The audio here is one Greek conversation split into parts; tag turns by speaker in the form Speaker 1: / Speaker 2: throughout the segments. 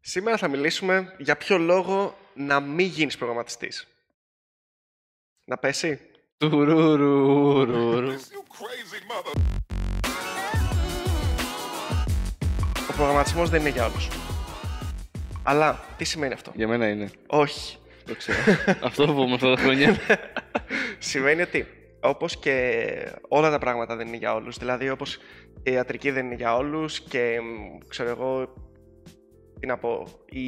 Speaker 1: Σήμερα θα μιλήσουμε για ποιο λόγο να μην γίνεις προγραμματιστής. Να πέσει.
Speaker 2: Τουρουρουρουρου.
Speaker 1: Ο προγραμματισμός δεν είναι για όλους. Αλλά τι σημαίνει αυτό.
Speaker 2: Για μένα είναι.
Speaker 1: Όχι.
Speaker 2: Το ξέρω. Αυτό φοβόμαι αυτά τα χρόνια.
Speaker 1: Σημαίνει ότι όπως και όλα τα πράγματα δεν είναι για όλους, δηλαδή όπως η ιατρική δεν είναι για όλους και μ, ξέρω εγώ τι να πω, η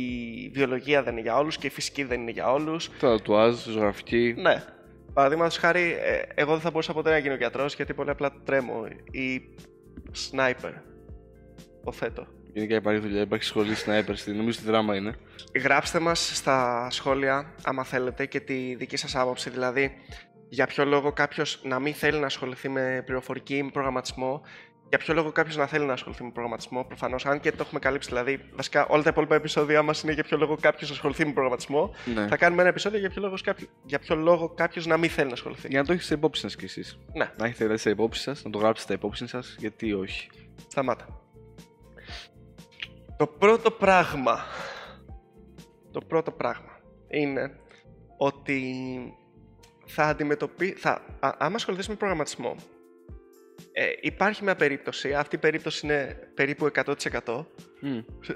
Speaker 1: βιολογία δεν είναι για όλους και η φυσική δεν είναι για όλους.
Speaker 2: Τα τουάζ, ζωγραφική.
Speaker 1: Ναι. Παραδείγματος χάρη, ε, εγώ δεν θα μπορούσα ποτέ να γίνω γιατρός γιατί πολύ απλά τρέμω. Ή σνάιπερ. Το θέτω.
Speaker 2: Γενικά υπάρχει δουλειά, υπάρχει σχολή σνάιπερ. στη- Νομίζω ότι δράμα είναι.
Speaker 1: Γράψτε μας στα σχόλια, άμα θέλετε, και τη δική σας άποψη. Δηλαδή, για ποιο λόγο κάποιος να μην θέλει να ασχοληθεί με πληροφορική ή με προγραμματισμό. Για ποιο λόγο κάποιος να θέλει να ασχοληθεί με προγραμματισμό, προφανώς, αν και το έχουμε καλύψει. Δηλαδή, βασικά όλα τα υπόλοιπα επεισόδια μας είναι για ποιο λόγο κάποιος ασχοληθεί με προγραμματισμό.
Speaker 2: Ναι.
Speaker 1: Θα κάνουμε ένα επεισόδιο για ποιο λόγος κάποιο- για ποιο λόγο κάποιος να μην θέλει να ασχοληθεί.
Speaker 2: Για να το έχετε σε υπόψη σας κι εσείς.
Speaker 1: Ναι.
Speaker 2: Να έχετε δηλαδή σε υπόψη σας, να το γράψετε στα υπόψη σας, γιατί όχι.
Speaker 1: Σταμάτα. Το πρώτο πράγμα. Το πρώτο πράγμα είναι ότι θα αντιμετωπί... Θα, α, άμα ασχοληθείς με προγραμματισμό, ε, υπάρχει μια περίπτωση, αυτή η περίπτωση είναι περίπου 100%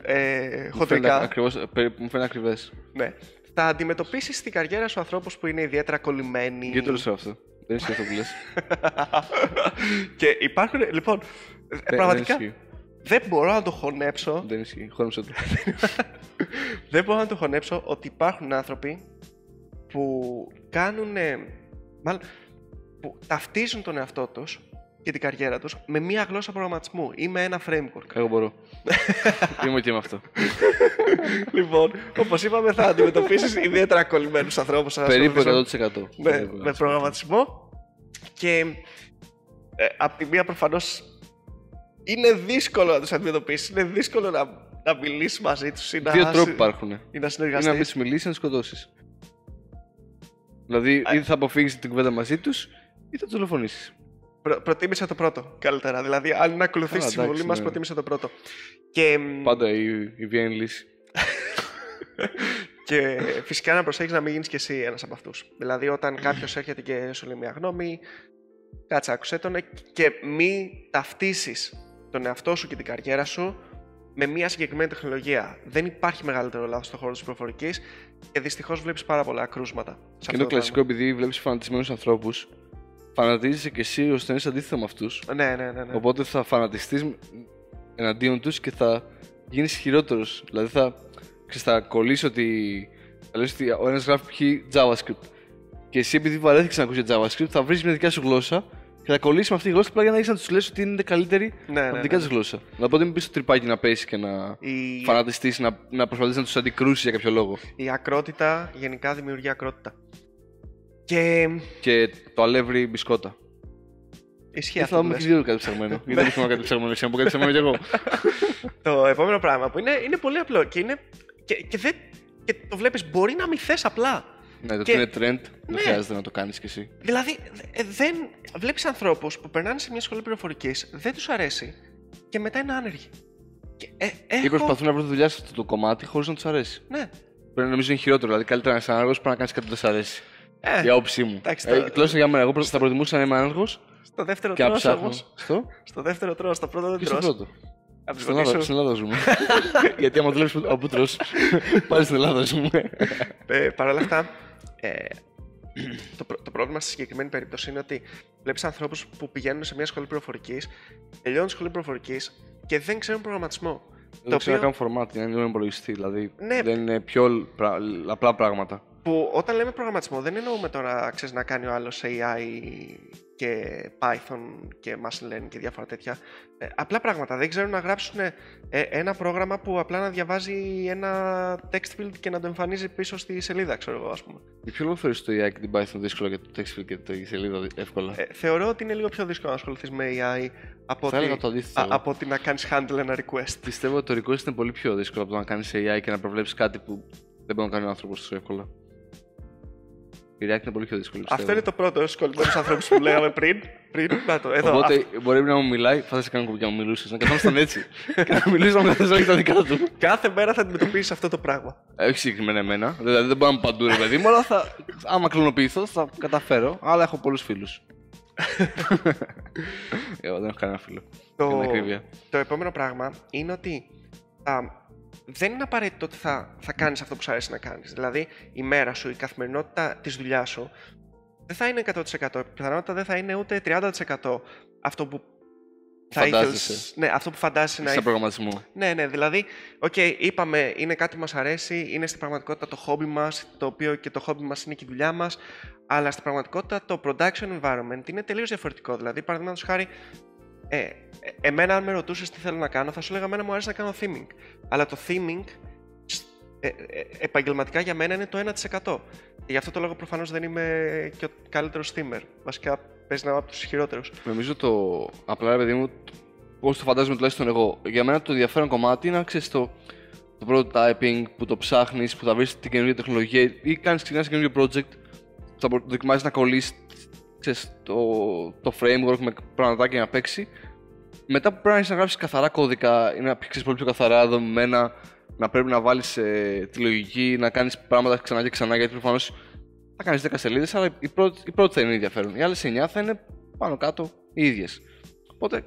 Speaker 1: ε, χοντρικά,
Speaker 2: Ακριβώς, περί- μου φαίνεται ακριβές.
Speaker 1: ναι. θα αντιμετωπίσεις στην καριέρα σου ανθρώπους που είναι ιδιαίτερα κολλημένοι.
Speaker 2: Γιατί το λέω αυτό. Δεν ισχύει αυτό που λες.
Speaker 1: και υπάρχουν, λοιπόν, ε, πραγματικά δεν μπορώ να το χωνέψω
Speaker 2: Δεν ισχύει. Χόρμησε το.
Speaker 1: Δεν μπορώ να το χωνέψω ότι υπάρχουν άνθρωποι που κάνουν. Μάλλον, που ταυτίζουν τον εαυτό τους και την καριέρα τους με μία γλώσσα προγραμματισμού ή με ένα framework.
Speaker 2: Εγώ μπορώ. Είμαι και με αυτό.
Speaker 1: λοιπόν, όπως είπαμε, θα αντιμετωπίσεις ιδιαίτερα κολλημένους ανθρώπους.
Speaker 2: Περίπου 100%.
Speaker 1: Ναι, με, με προγραμματισμό και ε, απ' τη μία προφανώς είναι δύσκολο να τους αντιμετωπίσεις, είναι δύσκολο να, να μιλήσεις μαζί τους ή να,
Speaker 2: Δύο τρόποι
Speaker 1: συ-
Speaker 2: υπάρχουν. Είναι
Speaker 1: ή να
Speaker 2: να
Speaker 1: συνεργαστείς.
Speaker 2: μην μιλήσει ή να σκοτώσεις. Δηλαδή, ή θα αποφύγεις την κουβέντα μαζί τους ή θα τους δολοφονήσεις.
Speaker 1: Προ- προτίμησα το πρώτο καλύτερα. Δηλαδή, αν να ακολουθήσει
Speaker 2: Α,
Speaker 1: τη συμβουλή
Speaker 2: εντάξει,
Speaker 1: μας,
Speaker 2: ναι.
Speaker 1: προτίμησα το πρώτο. Και, μ,
Speaker 2: Πάντα η, η βία είναι λύση.
Speaker 1: και φυσικά να προσέχεις να μην γίνεις κι εσύ ένας από αυτούς. Δηλαδή, όταν κάποιος έρχεται και σου λέει μια γνώμη, κάτσε, άκουσε τον ε, και μη ταυτίσεις τον εαυτό σου και την καριέρα σου με μια συγκεκριμένη τεχνολογία. Δεν υπάρχει μεγαλύτερο λάθος στον χώρο της προφορική και δυστυχώς βλέπεις πάρα πολλά κρούσματα. σε αυτό
Speaker 2: Και είναι το
Speaker 1: πράγμα.
Speaker 2: κλασικό επειδή βλέπεις φανατισμένους ανθρώπους, φανατίζεσαι και εσύ ώστε να είσαι αντίθετο με αυτούς.
Speaker 1: Ναι, ναι, ναι. ναι.
Speaker 2: Οπότε θα φανατιστείς εναντίον τους και θα γίνεις χειρότερος. Δηλαδή θα, ξέρεις, θα κολλήσει ότι. Θα λες ότι ο ένας γράφει π.χ. JavaScript. Και εσύ επειδή βαρέθηκες να ακούσεις JavaScript, θα βρεις μια δικιά σου γλώσσα και θα κολλήσεις με αυτή τη γλώσσα απλά για να έχεις να τους λες ότι είναι καλύτερη
Speaker 1: ναι,
Speaker 2: από
Speaker 1: ναι,
Speaker 2: τη δικιά
Speaker 1: ναι.
Speaker 2: τη γλώσσα. Να πότε μην πεις το τρυπάκι να πέσεις και να
Speaker 1: Η-
Speaker 2: φανατιστείς, να, να προσπαθείς να τους αντικρούσεις για κάποιο λόγο.
Speaker 1: Η ακρότητα γενικά δημιουργεί ακρότητα. Και
Speaker 2: Και το αλεύρι μπισκότα.
Speaker 1: ισχύει
Speaker 2: Και
Speaker 1: αυτό.
Speaker 2: θα
Speaker 1: που
Speaker 2: μου
Speaker 1: λες. Ναι.
Speaker 2: έχει δύο κάτι ψαγμένο. Γιατί δεν θυμάμαι κάτι ψαγμένο, εσύ να πω κάτι ψαγμένο κι εγώ.
Speaker 1: Το επόμενο πράγμα που είναι, είναι πολύ απλό και, είναι, και, και, δεν, και το βλέπεις μπορεί να μη θες απλά.
Speaker 2: Ναι, το
Speaker 1: Και-
Speaker 2: ότι είναι trend,
Speaker 1: ναι.
Speaker 2: δεν χρειάζεται να το κάνεις κι εσύ.
Speaker 1: Δηλαδή ε, δεν, βλέπεις ανθρώπους που περνάνε σε μια σχολή πληροφορικής, δεν τους αρέσει και μετά είναι άνεργοι. Και, ε,
Speaker 2: Ή
Speaker 1: έχω...
Speaker 2: προσπαθούν να βρουν δουλειά σε αυτό το κομμάτι χωρίς να τους αρέσει.
Speaker 1: Ναι.
Speaker 2: Πρέπει να νομίζω είναι χειρότερο. Δηλαδή, καλύτερα να είσαι άνεργος παρά να κάνεις κάτι που δεν σου αρέσει.
Speaker 1: Ε,
Speaker 2: Η άποψή μου.
Speaker 1: εντάξει,
Speaker 2: Ε,
Speaker 1: το-
Speaker 2: Τουλάχιστον για μένα. Εγώ προ- θα προτιμούσα να είμαι άνεργος
Speaker 1: στο δεύτερο
Speaker 2: και να
Speaker 1: τρως
Speaker 2: ψάχνω.
Speaker 1: όμως.
Speaker 2: Στο
Speaker 1: Στο δεύτερο τρως, στο πρώτο δεν
Speaker 2: και στο
Speaker 1: τρως.
Speaker 2: πρώτο.
Speaker 1: Απ' τη
Speaker 2: Στην
Speaker 1: γονείς σου.
Speaker 2: Ελλάδα, στην Ελλάδα ζούμε. Γιατί άμα δουλεύεις από τρώ, πάλι στην Ελλάδα ζούμε.
Speaker 1: Ε, Παρ' όλα αυτά, ε, το, πρό- το πρόβλημα στη συγκεκριμένη περίπτωση είναι ότι βλέπεις ανθρώπους που πηγαίνουν σε μια σχολή πληροφορικής, τελειώνουν τη σχολή πληροφορικής και δεν ξέρουν προγραμματισμό. το
Speaker 2: Δεν ξέρω να
Speaker 1: οποίο
Speaker 2: κάνω format, είναι ένα υπολογιστή. Δηλαδή,
Speaker 1: Ναι.
Speaker 2: δεν είναι πιο πρα- απλά πράγματα.
Speaker 1: που όταν λέμε προγραμματισμό δεν εννοούμε τώρα ξέρεις, να κάνει ο άλλος AI και Python και machine learning και διάφορα τέτοια. Ε, απλά πράγματα. Δεν ξέρουν να γράψουν ε, ένα πρόγραμμα που απλά να διαβάζει ένα text field και να το εμφανίζει πίσω στη σελίδα, ξέρω εγώ, ας πούμε.
Speaker 2: Για ποιο λόγο θεωρείς το AI και την Python δύσκολα και το TextField και τη σελίδα εύκολα.
Speaker 1: Ε, θεωρώ ότι είναι λίγο πιο δύσκολο να ασχοληθείς με AI από
Speaker 2: Θα
Speaker 1: ότι,
Speaker 2: έλεγα το αντίθετο.
Speaker 1: α- από ότι να κάνεις handle ένα request.
Speaker 2: Πιστεύω ότι το request είναι πολύ πιο δύσκολο από το να κάνεις AI και να προβλέψεις κάτι που δεν μπορεί να κάνει ο άνθρωπος τόσο εύκολα. Η React είναι πολύ πιο δύσκολη.
Speaker 1: Αυτό είναι το πρώτο στου κολλημένου ανθρώπους που λέγαμε πριν. πριν. Να το, εδώ.
Speaker 2: Οπότε
Speaker 1: αυτό.
Speaker 2: μπορεί να μου μιλάει, θα σε κάνω κουμπιά μου μιλούσες. Να καθόμασταν έτσι. και να μιλούσαμε καθώ όλοι τα δικά του.
Speaker 1: Κάθε μέρα θα αντιμετωπίσεις αυτό το πράγμα.
Speaker 2: Ε, Όχι συγκεκριμένα εμένα. Δηλαδή δεν μπορώ να είμαι παντού, ρε παιδί μου, αλλά θα, άμα κλωνοποιηθώ θα καταφέρω. Αλλά έχω πολλούς φίλους. Εγώ δεν έχω κανένα φίλο.
Speaker 1: Το,
Speaker 2: Την ακρίβεια.
Speaker 1: το επόμενο πράγμα είναι ότι α, δεν είναι απαραίτητο ότι θα, θα κάνεις αυτό που σου αρέσει να κάνεις. Δηλαδή, η μέρα σου, η καθημερινότητα της δουλειάς σου δεν θα είναι 100%. Η πιθανότητα δεν θα είναι ούτε 30% αυτό που θα
Speaker 2: Φαντάζεσαι.
Speaker 1: ήθελες- Ναι, αυτό που φαντάζεσαι να
Speaker 2: Στον προγραμματισμό.
Speaker 1: Ναι, ναι, δηλαδή, οκ, είπαμε, είναι κάτι που μας αρέσει, είναι στην πραγματικότητα το χόμπι μας, το οποίο και το χόμπι μας είναι και η δουλειά μας, αλλά στην πραγματικότητα το production environment είναι τελείως διαφορετικό. Δηλαδή, παραδείγματος χάρη, ε, ε, εμένα αν με ρωτούσες τι θέλω να κάνω, θα σου λέγαμε εμένα μου αρέσει να κάνω theming. Αλλά το theming σ- ε, ε, επαγγελματικά για μένα είναι το 1%. Και γι' αυτό το λόγο προφανώς δεν είμαι και ο καλύτερος themer. Βασικά, παίζει να είμαι από τους χειρότερους.
Speaker 2: Νομίζω το. Απλά, ρε παιδί μου, πώ το φαντάζομαι τουλάχιστον εγώ. Για μένα το ενδιαφέρον κομμάτι είναι να ξέρεις το, το prototyping που το ψάχνεις, που θα βρεις την καινούργια τεχνολογία ή κάνεις ξεκινάς καινούργιο project. που Θα μπο- δοκιμάζει να κολλήσεις το, το framework με πραγματάκια να παίξει. Μετά που πρέπει να έχεις να γράψεις καθαρά κώδικα ή να ξέρεις πολύ πιο καθαρά δομημένα, να πρέπει να βάλεις τη λογική, να κάνεις πράγματα ξανά και ξανά γιατί προφανώς θα κάνεις 10 σελίδες, αλλά η πρώτη, η πρώτη θα είναι ενδιαφέρον. Οι άλλες 9 θα είναι πάνω κάτω οι ίδιες. Οπότε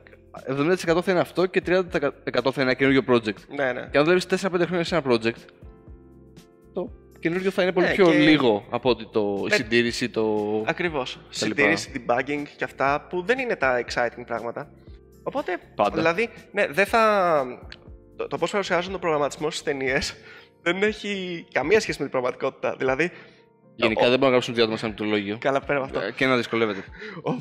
Speaker 2: 70% θα είναι αυτό και 30% θα είναι ένα καινούριο project.
Speaker 1: Ναι, ναι.
Speaker 2: Και αν δουλεύεις 4-5 χρόνια σε ένα project, το καινούριο θα είναι πολύ
Speaker 1: Ναι,
Speaker 2: πιο
Speaker 1: και-
Speaker 2: λίγο από ότι το η
Speaker 1: Ναι.
Speaker 2: συντήρηση, το.
Speaker 1: Ακριβώς. Συντήρηση, debugging και αυτά που δεν είναι τα exciting πράγματα. Οπότε,
Speaker 2: Πάντα.
Speaker 1: δηλαδή, ναι, δεν θα. Το, το πώς παρουσιάζουν τον προγραμματισμό στις ταινίες δεν έχει καμία σχέση με την πραγματικότητα. Δηλαδή,
Speaker 2: Γενικά δεν μπορούν να γράψουν δύο άτομα σε ένα πληκτρολόγιο.
Speaker 1: καλά πέρα από αυτό.
Speaker 2: Ε, Και να δυσκολεύεται.
Speaker 1: Ο, ο,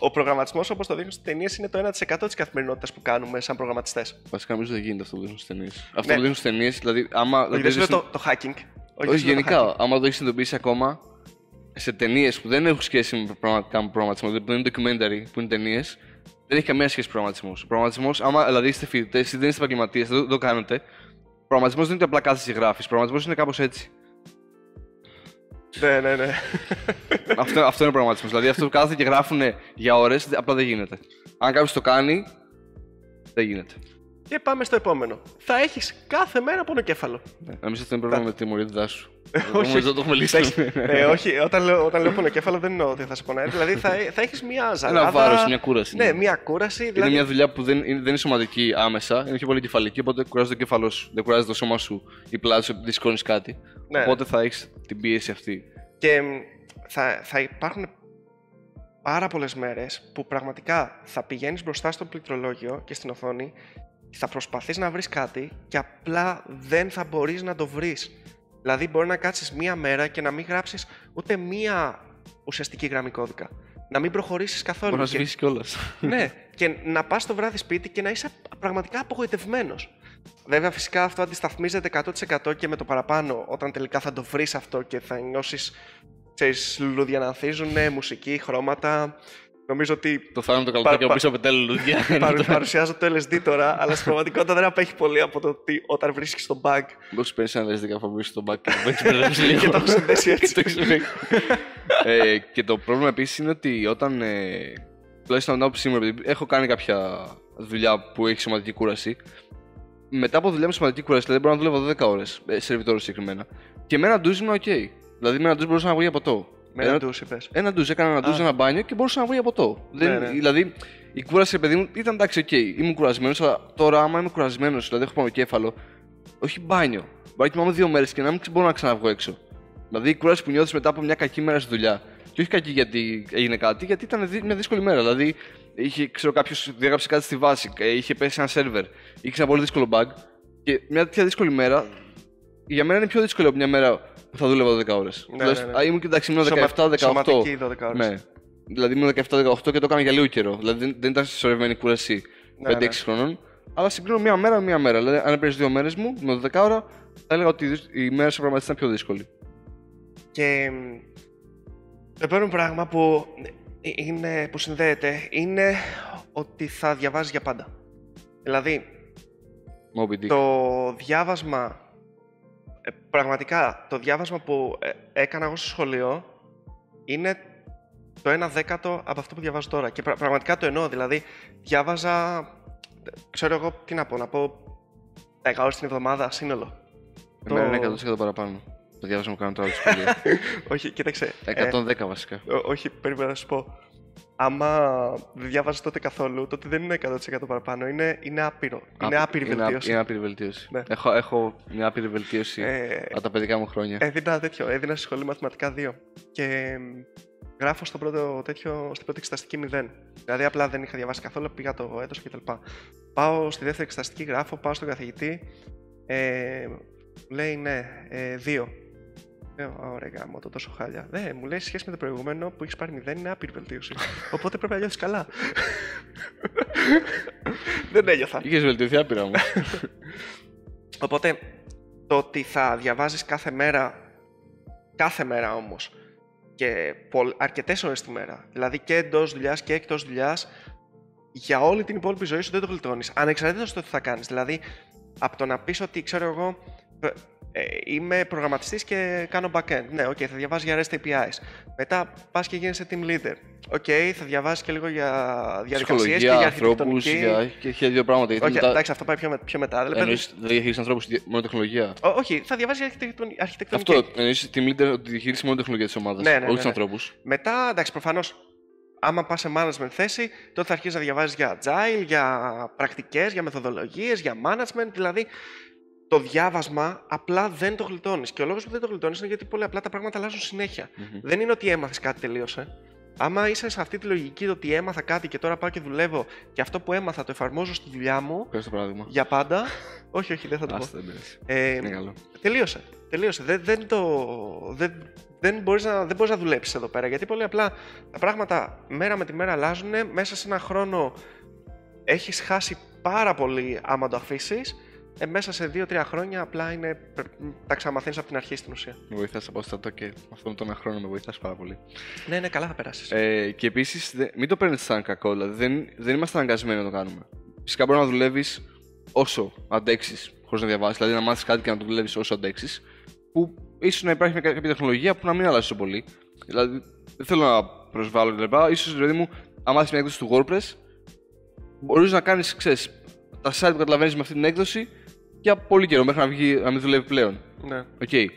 Speaker 1: ο προγραμματισμός, όπως το δείχνουν στις ταινίες, είναι το 1% της καθημερινότητας που κάνουμε σαν προγραμματιστές.
Speaker 2: Βασικά νομίζω δεν γίνεται αυτό που δείχνουν στις ταινίες. Αυτό
Speaker 1: Ναι.
Speaker 2: που δείχνουν στις ταινίες, δηλαδή άμα.
Speaker 1: Όχι,
Speaker 2: δεν
Speaker 1: δεν
Speaker 2: το
Speaker 1: σου λέω
Speaker 2: δείξουν-
Speaker 1: το, το hacking. δεν
Speaker 2: Όχι,
Speaker 1: σου λέω το hacking.
Speaker 2: γενικά, άμα το έχεις συνειδητοποιήσει ακόμα σε ταινίες που δεν έχουν σχέση με πραγματικά με προγραμματισμό, δηλαδή που είναι documentary, που είναι ταινίες, δεν έχει καμία σχέση προγραμματισμός. Ο προγραμματισμός, άμα δηλαδή είστε φοιτητές ή δεν είστε επαγγελματίες, δεν το- το κάνετε, προγραμματισμός δεν είναι ότι απλά κάθεσαι και γράφεις. Προγραμματισμός είναι κάπως έτσι.
Speaker 1: Ναι, ναι, ναι.
Speaker 2: αυτό, αυτό είναι προγραμματισμός. Δηλαδή αυτό που κάθεται και γράφουν για ώρες, απλά δεν γίνεται. Αν κάποιος το κάνει, δεν γίνεται.
Speaker 1: και πάμε στο επόμενο. Θα έχεις κάθε μέρα πονοκέφαλο.
Speaker 2: Ναι. Νομίζω αυτό είναι πρόβλημα με τη μορφή σου. Νομίζω
Speaker 1: όχι.
Speaker 2: δεν το έχουμε λύσει.
Speaker 1: Εντάξει, ε, όχι, όταν λέω, όταν λέω πονοκέφαλο δεν εννοώ ότι θα σε πονάει. Δηλαδή θα, θα έχεις μια ζαλάδα.
Speaker 2: βάρος, μια κούραση,
Speaker 1: Ναι,
Speaker 2: ναι.
Speaker 1: μια κούραση.
Speaker 2: Είναι
Speaker 1: Δηλαδή,
Speaker 2: μια δουλειά που δεν είναι, δεν είναι σωματική άμεσα, είναι πιο πολύ κεφαλική, οπότε κουράζεις το κεφαλό σου. Δεν κουράζεις το σώμα σου ή πλάτη σου επειδή σηκώνει κάτι.
Speaker 1: Ναι.
Speaker 2: Οπότε θα έχεις την πίεση αυτή.
Speaker 1: Και μ, θα, θα υπάρχουν πάρα πολλές μέρες που πραγματικά θα πηγαίνεις μπροστά στο πληκτρολόγιο και στην οθόνη, θα προσπαθείς να βρεις κάτι και απλά δεν θα μπορείς να το βρεις. Δηλαδή, μπορεί να κάτσεις μία μέρα και να μην γράψεις ούτε μία ουσιαστική γραμμή κώδικα. Να μην προχωρήσεις καθόλου.
Speaker 2: Μπορεί να
Speaker 1: Και-
Speaker 2: σβήσεις κιόλας.
Speaker 1: ναι, και να πας το βράδυ σπίτι και να είσαι πραγματικά απογοητευμένος. Βέβαια, φυσικά αυτό αντισταθμίζεται 100% και με το παραπάνω όταν τελικά θα το βρεις αυτό και θα νιώσεις. Ξέρεις, λουλούδια να ανθίζουν, ναι, μουσική, χρώματα. Νομίζω ότι
Speaker 2: το θάνατο
Speaker 1: Πα-
Speaker 2: καλοκαίρι
Speaker 1: πα-
Speaker 2: από πίσω από τα λουλούδια.
Speaker 1: παρου- παρουσιάζω το LSD τώρα, αλλά στην πραγματικότητα δεν απέχει πολύ από το ότι όταν βρίσκεις τον bug
Speaker 2: Μπορεί να παίρνει ένα δεστικά από πίσω στον μπακ και το παίξεις μπερδέψει λίγο.
Speaker 1: και το έχω συνδέσει έτσι.
Speaker 2: Το έχεις συνδέσει. Ε, Και το πρόβλημα επίσης είναι ότι όταν. ε, Τουλάχιστον από την άποψή μου, επειδή έχω κάνει κάποια δουλειά που έχει σωματική κούραση. μετά από δουλειά με σωματική κούραση, δηλαδή μπορώ να δουλεύω 12 ώρες, ε, σερβιτόρο συγκεκριμένα. Και με ένα ντουζ ήμουν οκ. Δηλαδή με ένα ντουζ μπορούσα να βγω για ποτό.
Speaker 1: με έναν ντους είπες.
Speaker 2: Ένα ντουζ, έκανα ένα ντουζ, ένα μπάνιο και μπορούσα να βγω για ποτό. Δεν,
Speaker 1: ναι.
Speaker 2: Δηλαδή η κούραση, παιδί μου, ήταν εντάξει, οκ. Ήμουν κουρασμένος, αλλά τώρα άμα είμαι κουρασμένος, δηλαδή έχω πάνω κέφαλο, όχι μπάνιο. Μπορεί να κοιμάμαι δύο μέρες και να μην μπορώ να ξαναβγω έξω. Δηλαδή η κούραση που νιώθεις μετά από μια κακή μέρα στη δουλειά. Και όχι κακή γιατί έγινε κάτι, γιατί ήταν δυ- μια δύσκολη μέρα. Δηλαδή είχε, ξέρω, κάποιος διάγραψε κάτι στη βάση, ε, είχε πέσει ένα σερβερ, είχε ένα πολύ δύσκολο bug. Και μια τέτοια δύσκολη μέρα, για μένα είναι πιο δύσκολη από μια μέρα που θα δούλευα 12 ώρες.
Speaker 1: ναι, ναι.
Speaker 2: Ήμουν και εντάξει, ήμουν
Speaker 1: Σωμα-
Speaker 2: 17-18.
Speaker 1: σωματική 12 ώρες.
Speaker 2: Ναι. Δηλαδή ήμουν 17-18 και το έκανα για λίγο καιρό. Δηλαδή δεν, δεν ήταν συσσωρευμένη κούραση
Speaker 1: Ναι,
Speaker 2: 5-6
Speaker 1: ναι.
Speaker 2: χρόνων. Αλλά συμπλήρω μία μέρα με μία μέρα. Δηλαδή, αν έπαιρνες δύο μέρες μου, με 12 ώρα, θα έλεγα ότι η δυσ- η μέρα σε πραγματικά ήταν πιο δύσκολη.
Speaker 1: Και μ, το επόμενο πράγμα που, είναι, που συνδέεται είναι ότι θα διαβάζεις για πάντα. Δηλαδή,
Speaker 2: Moby Dick.
Speaker 1: το διάβασμα, ε, πραγματικά, το διάβασμα που ε, έκανα εγώ στο σχολείο είναι το 1 δέκατο από αυτό που διαβάζω τώρα. Και πρα- πραγματικά το εννοώ. Δηλαδή, διάβαζα. Ξέρω εγώ τι να πω, να πω 10 ώρες την εβδομάδα σύνολο.
Speaker 2: Εμένα είναι 100% παραπάνω. Το διάβασα μου κάνω τώρα τη σχολεία.
Speaker 1: Όχι, κοίταξε. ε,
Speaker 2: 110 βασικά.
Speaker 1: Ό- όχι, περίμενα να σου πω. Άμα δεν διάβαζες τότε καθόλου, τότε δεν είναι 100% παραπάνω. Είναι, είναι άπειρο. Είναι άπειρη
Speaker 2: Είναι
Speaker 1: βελτίωση.
Speaker 2: Είναι άπειρη βελτίωση.
Speaker 1: Ναι.
Speaker 2: Έχω, έχω μια άπειρη βελτίωση
Speaker 1: Ε,
Speaker 2: από τα παιδικά μου χρόνια.
Speaker 1: έδινα τέτοιο. Έδινα στη σχολή μαθηματικά 2. Και μ, γράφω στο πρώτο τέτοιο, στην πρώτη εξεταστική 0. Δηλαδή απλά δεν είχα διαβάσει καθόλου, πήγα το έτος κτλ. Πάω στη δεύτερη εξεταστική, γράφω, πάω στον καθηγητή. Ε, μου λέει ναι, ε, 2. Λέω, «Α, ωραία, γάμο, το τόσο χάλια. Ναι, μου λέει σε σχέση με το προηγούμενο που έχεις πάρει 0 είναι άπειρη βελτίωση. Οπότε πρέπει να νιώθεις καλά. δεν ένιωθα.
Speaker 2: Είχες βελτιωθεί άπειρα μου.
Speaker 1: Οπότε το ότι θα διαβάζεις κάθε μέρα, κάθε μέρα όμως, και πολλ- αρκετές ώρες τη μέρα, δηλαδή και εντός δουλειάς και εκτός δουλειάς, για όλη την υπόλοιπη ζωή σου δεν το γλιτώνεις, ανεξαρτήτως το τι θα κάνεις. Δηλαδή, από το να πεις ότι, ξέρω εγώ, ε, ε, είμαι προγραμματιστής και κάνω backend. Ναι, οκ, θα διαβάζεις για REST APIs. Μετά πας και γίνεσαι team leader. Οκ, θα διαβάσεις και λίγο για διαδικασίες και
Speaker 2: Ψυχολογία,
Speaker 1: για
Speaker 2: ανθρώπους,
Speaker 1: αρχιτεκτονική.
Speaker 2: για και χίλια δύο πράγματα. Γιατί
Speaker 1: Όχι,
Speaker 2: μετά
Speaker 1: εντάξει, αυτό πάει πιο, με- πιο μετά. αλλά
Speaker 2: εννοείς δεν διαχείριση ανθρώπου, μόνο τεχνολογία.
Speaker 1: Ό, όχι, θα διαβάζει αρχιτεκτον- αρχιτεκτονική.
Speaker 2: Αυτό εννοείς team leader ότι διαχείριση μόνο τεχνολογία της ομάδας.
Speaker 1: Ναι, ναι, ναι,
Speaker 2: όχι τους
Speaker 1: ναι.
Speaker 2: ανθρώπους.
Speaker 1: Μετά, εντάξει, προφανώς, άμα πας σε management θέση, τότε θα αρχίσεις να διαβάζεις για agile, για πρακτικές, για μεθοδολογίες, για management. Δηλαδή, το διάβασμα απλά δεν το γλιτώνεις. Και ο λόγος που δεν το γλιτώνεις είναι γιατί πολύ απλά τα πράγματα αλλάζουν συνέχεια. Δεν είναι ότι έμαθες κάτι τελείωσε. Άμα είσαι σε αυτή τη λογική το ότι έμαθα κάτι και τώρα πάω και δουλεύω και αυτό που έμαθα το εφαρμόζω στη δουλειά μου
Speaker 2: Πες το παράδειγμα.
Speaker 1: για πάντα. όχι, όχι, δεν θα το πω.
Speaker 2: Άστα, δεν πειράζει.
Speaker 1: Ε,
Speaker 2: Είναι καλό.
Speaker 1: τελείωσε. Τελείωσε. Δεν, δεν το. Δεν, δεν μπορείς να, δεν μπορείς να δουλέψεις εδώ πέρα. Γιατί πολύ απλά τα πράγματα μέρα με τη μέρα αλλάζουν. Μέσα σε ένα χρόνο έχεις χάσει πάρα πολύ άμα το αφήσεις. Ε, μέσα σε 2-3 χρόνια απλά είναι, πρε- τα ξαναμαθαίνει από την αρχή στην ουσία.
Speaker 2: Με βοηθάς από στα και αυτό με τον ένα χρόνο με βοηθάς πάρα πολύ.
Speaker 1: Ναι, ναι, καλά θα περάσεις.
Speaker 2: Ε, και επίσης, μην το παίρνετε σαν κακό. Δηλαδή, δεν, δεν είμαστε αναγκασμένοι να το κάνουμε. Φυσικά μπορεί να δουλεύεις όσο αντέξεις, χωρίς να διαβάσεις. Δηλαδή, να μάθεις κάτι και να το δουλεύεις όσο αντέξεις. Που ίσως να υπάρχει μια- κάποια τεχνολογία που να μην αλλάζει τόσο πολύ. Δηλαδή, δεν θέλω να προσβάλλω κλπ. σω, δηλαδή μου, αν μάθεις μια έκδοση του WordPress, μπορείς να κάνεις, ξέρεις, τα site που καταλαβαίνεις με αυτή την έκδοση για πολύ καιρό μέχρι να, βγει, να μην δουλεύει πλέον.
Speaker 1: ναι.
Speaker 2: Οκ.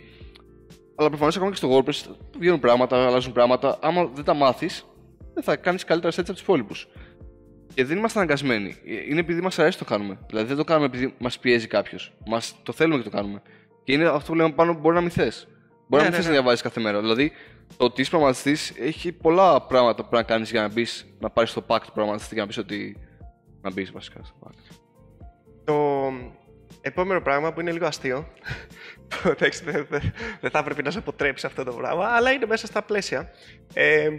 Speaker 2: Αλλά προφανώς ακόμα και στο WordPress βγαίνουν πράγματα, αλλάζουν πράγματα. Άμα δεν τα μάθεις, δεν θα κάνεις καλύτερα sets από τους υπόλοιπους. Και δεν είμαστε αναγκασμένοι. Ε, Είναι επειδή μας αρέσει το κάνουμε. Δηλαδή δεν το κάνουμε επειδή μας πιέζει κάποιος. Μας το θέλουμε και το κάνουμε. Και είναι αυτό που λέμε πάνω, μπορεί να μην θες.
Speaker 1: Ναι,
Speaker 2: Μπορεί να μην
Speaker 1: ναι,
Speaker 2: θες
Speaker 1: ναι.
Speaker 2: να διαβάζεις κάθε μέρα. Δηλαδή το ότι είσαι πραγματιστή έχει πολλά πράγματα που πρέπει να κάνεις για να μπεις, να πάρεις το pack του πραγματιστή και να πεις ότι. Να μπεις βασικά στο pack.
Speaker 1: Το επόμενο πράγμα που είναι λίγο αστείο. το- Εντάξει, δεν δεν- δεν θα έπρεπε να σε αποτρέψει αυτό το πράγμα, αλλά είναι μέσα στα πλαίσια. Ε,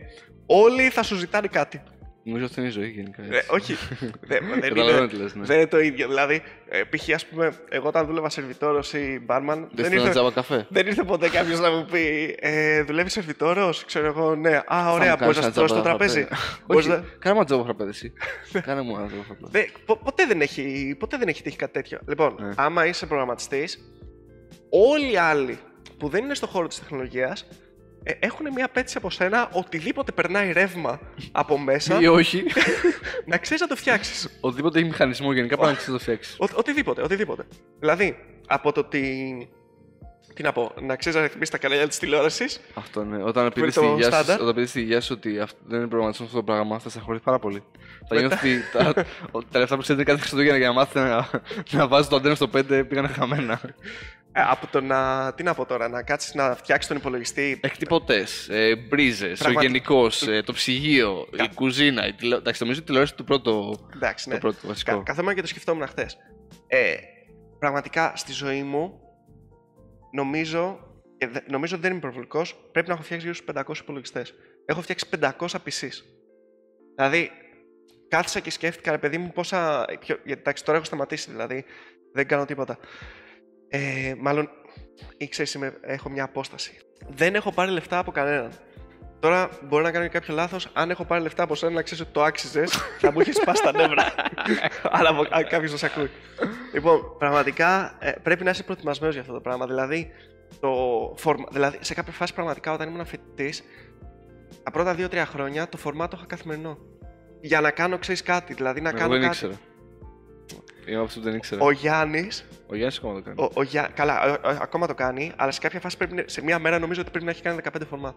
Speaker 1: όλοι θα σου ζητάνε κάτι.
Speaker 2: Νομίζω ότι είναι η ζωή γενικά.
Speaker 1: Ε,
Speaker 2: έτσι.
Speaker 1: όχι. δεν, δεν,
Speaker 2: Καταλαβαίνω
Speaker 1: είναι,
Speaker 2: τι λες, ναι.
Speaker 1: δεν είναι το ίδιο. Δηλαδή, ε, π.χ. ας πούμε, εγώ όταν δούλευα σερβιτόρο ή μπάρμαν,
Speaker 2: Δεν
Speaker 1: δεν
Speaker 2: θέλω να
Speaker 1: ήρθε,
Speaker 2: τζάμπα καφέ.
Speaker 1: δεν ήρθε ποτέ κάποιος να μου πει ε, Δουλεύεις σερβιτόρο, ξέρω εγώ, ναι. Α, ωραία,
Speaker 2: μου κάνεις
Speaker 1: μπορείς να
Speaker 2: ένα
Speaker 1: τρώσει το
Speaker 2: τζάμπα
Speaker 1: τραπέζι.
Speaker 2: φραπέ.
Speaker 1: Μπορείς
Speaker 2: Όχι,
Speaker 1: να- Ναι.
Speaker 2: κάνε μου τζόμπο φραπέ εσύ. Κάνε μου ένα τζόμπο φραπέ.
Speaker 1: Δε, πο- ποτέ, δεν έχει, ποτέ δεν έχει τύχει κάτι τέτοιο. Λοιπόν,
Speaker 2: Ναι.
Speaker 1: άμα είσαι προγραμματιστής, όλοι οι άλλοι που δεν είναι στο χώρο της τεχνολογίας ε, έχουν μια απέτηση από σένα οτιδήποτε περνάει ρεύμα από μέσα
Speaker 2: Ή όχι,
Speaker 1: να ξέρεις να το φτιάξεις.
Speaker 2: οτιδήποτε έχει μηχανισμό γενικά πάνω να ξέρεις να το φτιάξεις.
Speaker 1: Ο, οτιδήποτε, οτιδήποτε. Δηλαδή, από το ότι. Τι να πω, να ξέρεις να ρυθμίσει τα κανάλια της τηλεόρασης.
Speaker 2: Αυτό ναι. Όταν πει
Speaker 1: το
Speaker 2: στη υγεία σου,
Speaker 1: στάνταρ.
Speaker 2: όταν πεις στη υγεία σου ότι αυτό δεν είναι προγραμματισμό αυτό το πράγμα, θα στεναχωρείς πάρα πολύ. Θα νιώθεις ότι τα, ο- τα λεφτά που ξέρετε κάθε Χριστούγεννα για να μάθετε να, να βάζεις το αντένα στο 5 πήγαν χαμένα.
Speaker 1: ε, Από το να. Τι να πω τώρα, να κάτσεις να φτιάξεις τον υπολογιστή.
Speaker 2: Εκτυπωτέ, ε, μπρίζες, ο
Speaker 1: Πραγματι-
Speaker 2: γενικός, ε, το ψυγείο, η κουζίνα. Η τηλε... Εντάξει, νομίζω ότι η τηλεόραση είναι το πρώτο,
Speaker 1: Εντάξει, ναι.
Speaker 2: το πρώτο βασικό.
Speaker 1: Κα, καθόμουν και το σκεφτόμουν χθες. Ε, πραγματικά στη ζωή μου νομίζω. Και δε, νομίζω ότι δεν είμαι υπερβολικός. Πρέπει να έχω φτιάξει γύρω στους 500 υπολογιστές. Έχω φτιάξει 500 PCs. Δηλαδή, κάθισα και σκέφτηκα, ρε παιδί μου, πόσα. Ποιο, γιατί εντάξει, τώρα έχω σταματήσει, δηλαδή. Δεν κάνω τίποτα. Ε, μάλλον, ή ξέρεις, είμαι- έχω μια απόσταση. Δεν έχω πάρει λεφτά από κανέναν. Τώρα μπορεί να κάνω και κάποιο λάθος. Αν έχω πάρει λεφτά από σένα, να ξέρεις ότι το άξιζες, θα μου είχε σπάσει τα νεύρα. Αλλά από- αν κάποιο σα ακούει. λοιπόν, πραγματικά ε, πρέπει να είσαι προετοιμασμένος για αυτό το πράγμα. Δηλαδή, το form- δηλαδή, σε κάποια φάση πραγματικά όταν ήμουν φοιτητής, τα πρώτα δύο-τρία χρόνια το φορμά το είχα καθημερινό. Για να κάνω, ξέρεις κάτι. Δηλαδή να
Speaker 2: Εγώ
Speaker 1: κάνω
Speaker 2: δεν
Speaker 1: κάτι.
Speaker 2: ήξερα. Είμαι από αυτούς που δεν ήξερα.
Speaker 1: Ο Γιάννης.
Speaker 2: Ο Γιάννης ακόμα το κάνει.
Speaker 1: Ο, ο Γιά- Καλά, ο- ο- ακόμα το κάνει, αλλά σε κάποια φάση πρέπει, να- σε μία μέρα νομίζω ότι πρέπει να έχει κάνει 15 φορμά.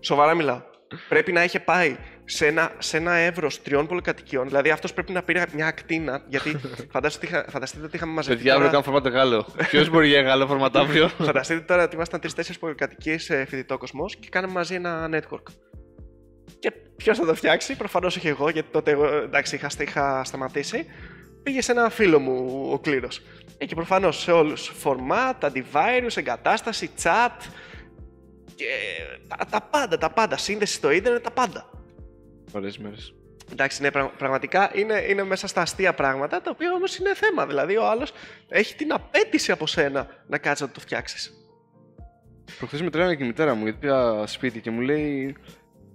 Speaker 1: Σοβαρά μιλάω. πρέπει να είχε πάει σε ένα, σε ένα εύρος τριών πολυκατοικιών. Δηλαδή αυτός πρέπει να πήρε μια ακτίνα. Γιατί φαντάζεστε, ότι είχα- φανταστείτε ότι είχαμε μαζευτεί.
Speaker 2: Παιδιά, αύριο
Speaker 1: τώρα-
Speaker 2: κάνω φορμάτ Γάλλο. Ποιος μπορεί για Γάλλο φορμάτ αύριο.
Speaker 1: Φανταστείτε τώρα ότι ήμασταν τρει-τέσσερι πολυκατοικίε φοιτητό κοσμό και κάναμε μαζί ένα network. Και ποιος θα το φτιάξει, προφανώς όχι εγώ, γιατί τότε εγώ εντάξει, είχα, είχα σταματήσει. Πήγε σε ένα φίλο μου ο Κλήρος. Εκεί προφανώς σε όλους. Format, antivirus, εγκατάσταση, chat. Και τα, τα πάντα, τα πάντα. Σύνδεση στο ίντερνετ, τα πάντα.
Speaker 2: Ωραίες μέρες.
Speaker 1: Εντάξει, ναι, πραγ- πραγματικά είναι, είναι μέσα στα αστεία πράγματα, τα οποία όμως είναι θέμα. Δηλαδή, ο άλλος έχει την απέτηση από σένα να κάτσει να το φτιάξεις.
Speaker 2: Προχθές με τρέλανε και η μητέρα μου γιατί πήγα σπίτι και μου λέει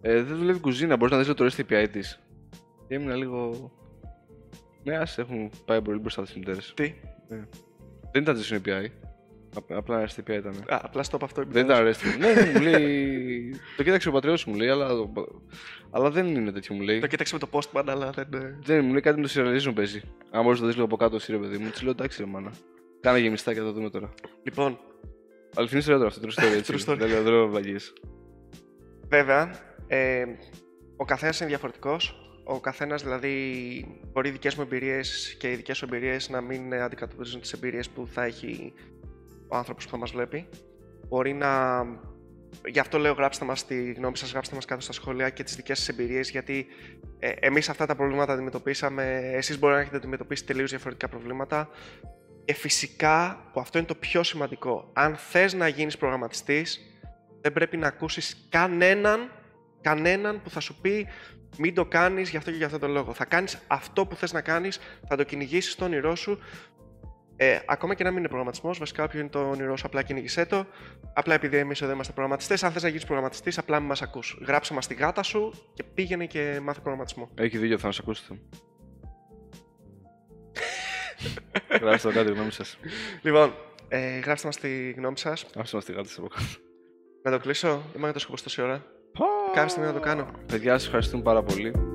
Speaker 2: ε, Δεν δουλεύει η κουζίνα, μπορείς να δεις το REST API της. Και ήμουν λίγο. Ναι, ας έχουν πάει πολύ μπροστά τι μητέρε.
Speaker 1: Τι,
Speaker 2: Δεν ήταν JSON API. Απ- απλά REST API ήταν.
Speaker 1: Α, απλά στο είπα αυτό.
Speaker 2: Δεν ήταν REST. ναι, ναι, μου λέει. Το κοίταξε ο πατριός μου, λέει, αλλά, αλλά δεν είναι τέτοιο, μου λέει.
Speaker 1: Το κοίταξε με το postman, αλλά δεν. ε,
Speaker 2: Δεν μου λέει κάτι με το serialization παίζει. Αν μπορείς να το δεις λίγο από κάτω, εσύ ρε παιδί μου, της λέω εντάξει, ρε μάνα. Κάνε γεμιστά και θα το δούμε τώρα.
Speaker 1: Λοιπόν,
Speaker 2: Αληθινής ιστορία τώρα αυτό, true story έτσι.
Speaker 1: True story.
Speaker 2: Δεν λέω δεν λέω βλαγίες.
Speaker 1: βέβαια, ε, ο καθένας είναι διαφορετικός. Ο καθένας, δηλαδή, μπορεί οι δικές μου εμπειρίες και οι δικές σου εμπειρίες να μην ε, αντικατοπτρίζουν τις εμπειρίες που θα έχει ο άνθρωπος που θα μας βλέπει. Μπορεί να. Γι' αυτό λέω γράψτε μας τη γνώμη σας, γράψτε μας κάτω στα σχόλια και τις δικές σας εμπειρίες γιατί ε, εμείς αυτά τα προβλήματα αντιμετωπίσαμε, εσείς μπορεί να έχετε αντιμετωπίσει τελείως διαφορετικά προβλήματα και φυσικά, που αυτό είναι το πιο σημαντικό, αν θες να γίνεις προγραμματιστής δεν πρέπει να ακούσεις κανέναν, κανέναν που θα σου πει μην το κάνεις γι' αυτό και γι' αυτό το λόγο. Θα κάνεις αυτό που θες να κάνεις, θα το κυνηγήσεις στο όνειρό σου ε, ακόμα και να μην είναι προγραμματισμός, βασικά ποιο είναι το όνειρό σου, απλά κυνηγησέ το. Απλά επειδή εμείς εδώ είμαστε προγραμματιστές, αν θες να γίνεις προγραμματιστής, απλά μην μας ακούς. Γράψε μας τη γάτα σου και πήγαινε και μάθε προγραμματισμό.
Speaker 2: Έχει δίκιο, θα μας ακούσετε. Γράψτε το κάτι, γνώμη σας.
Speaker 1: Λοιπόν, ε, γράψτε μας τη γνώμη σας.
Speaker 2: Άφησε μας τη γάτα σας από κάτω.
Speaker 1: Να το κλείσω. Είμαι να το σκοπός τόση ώρα. Κάποια στιγμή να το κάνω.
Speaker 2: Παιδιά, σας ευχαριστούμε πάρα πολύ.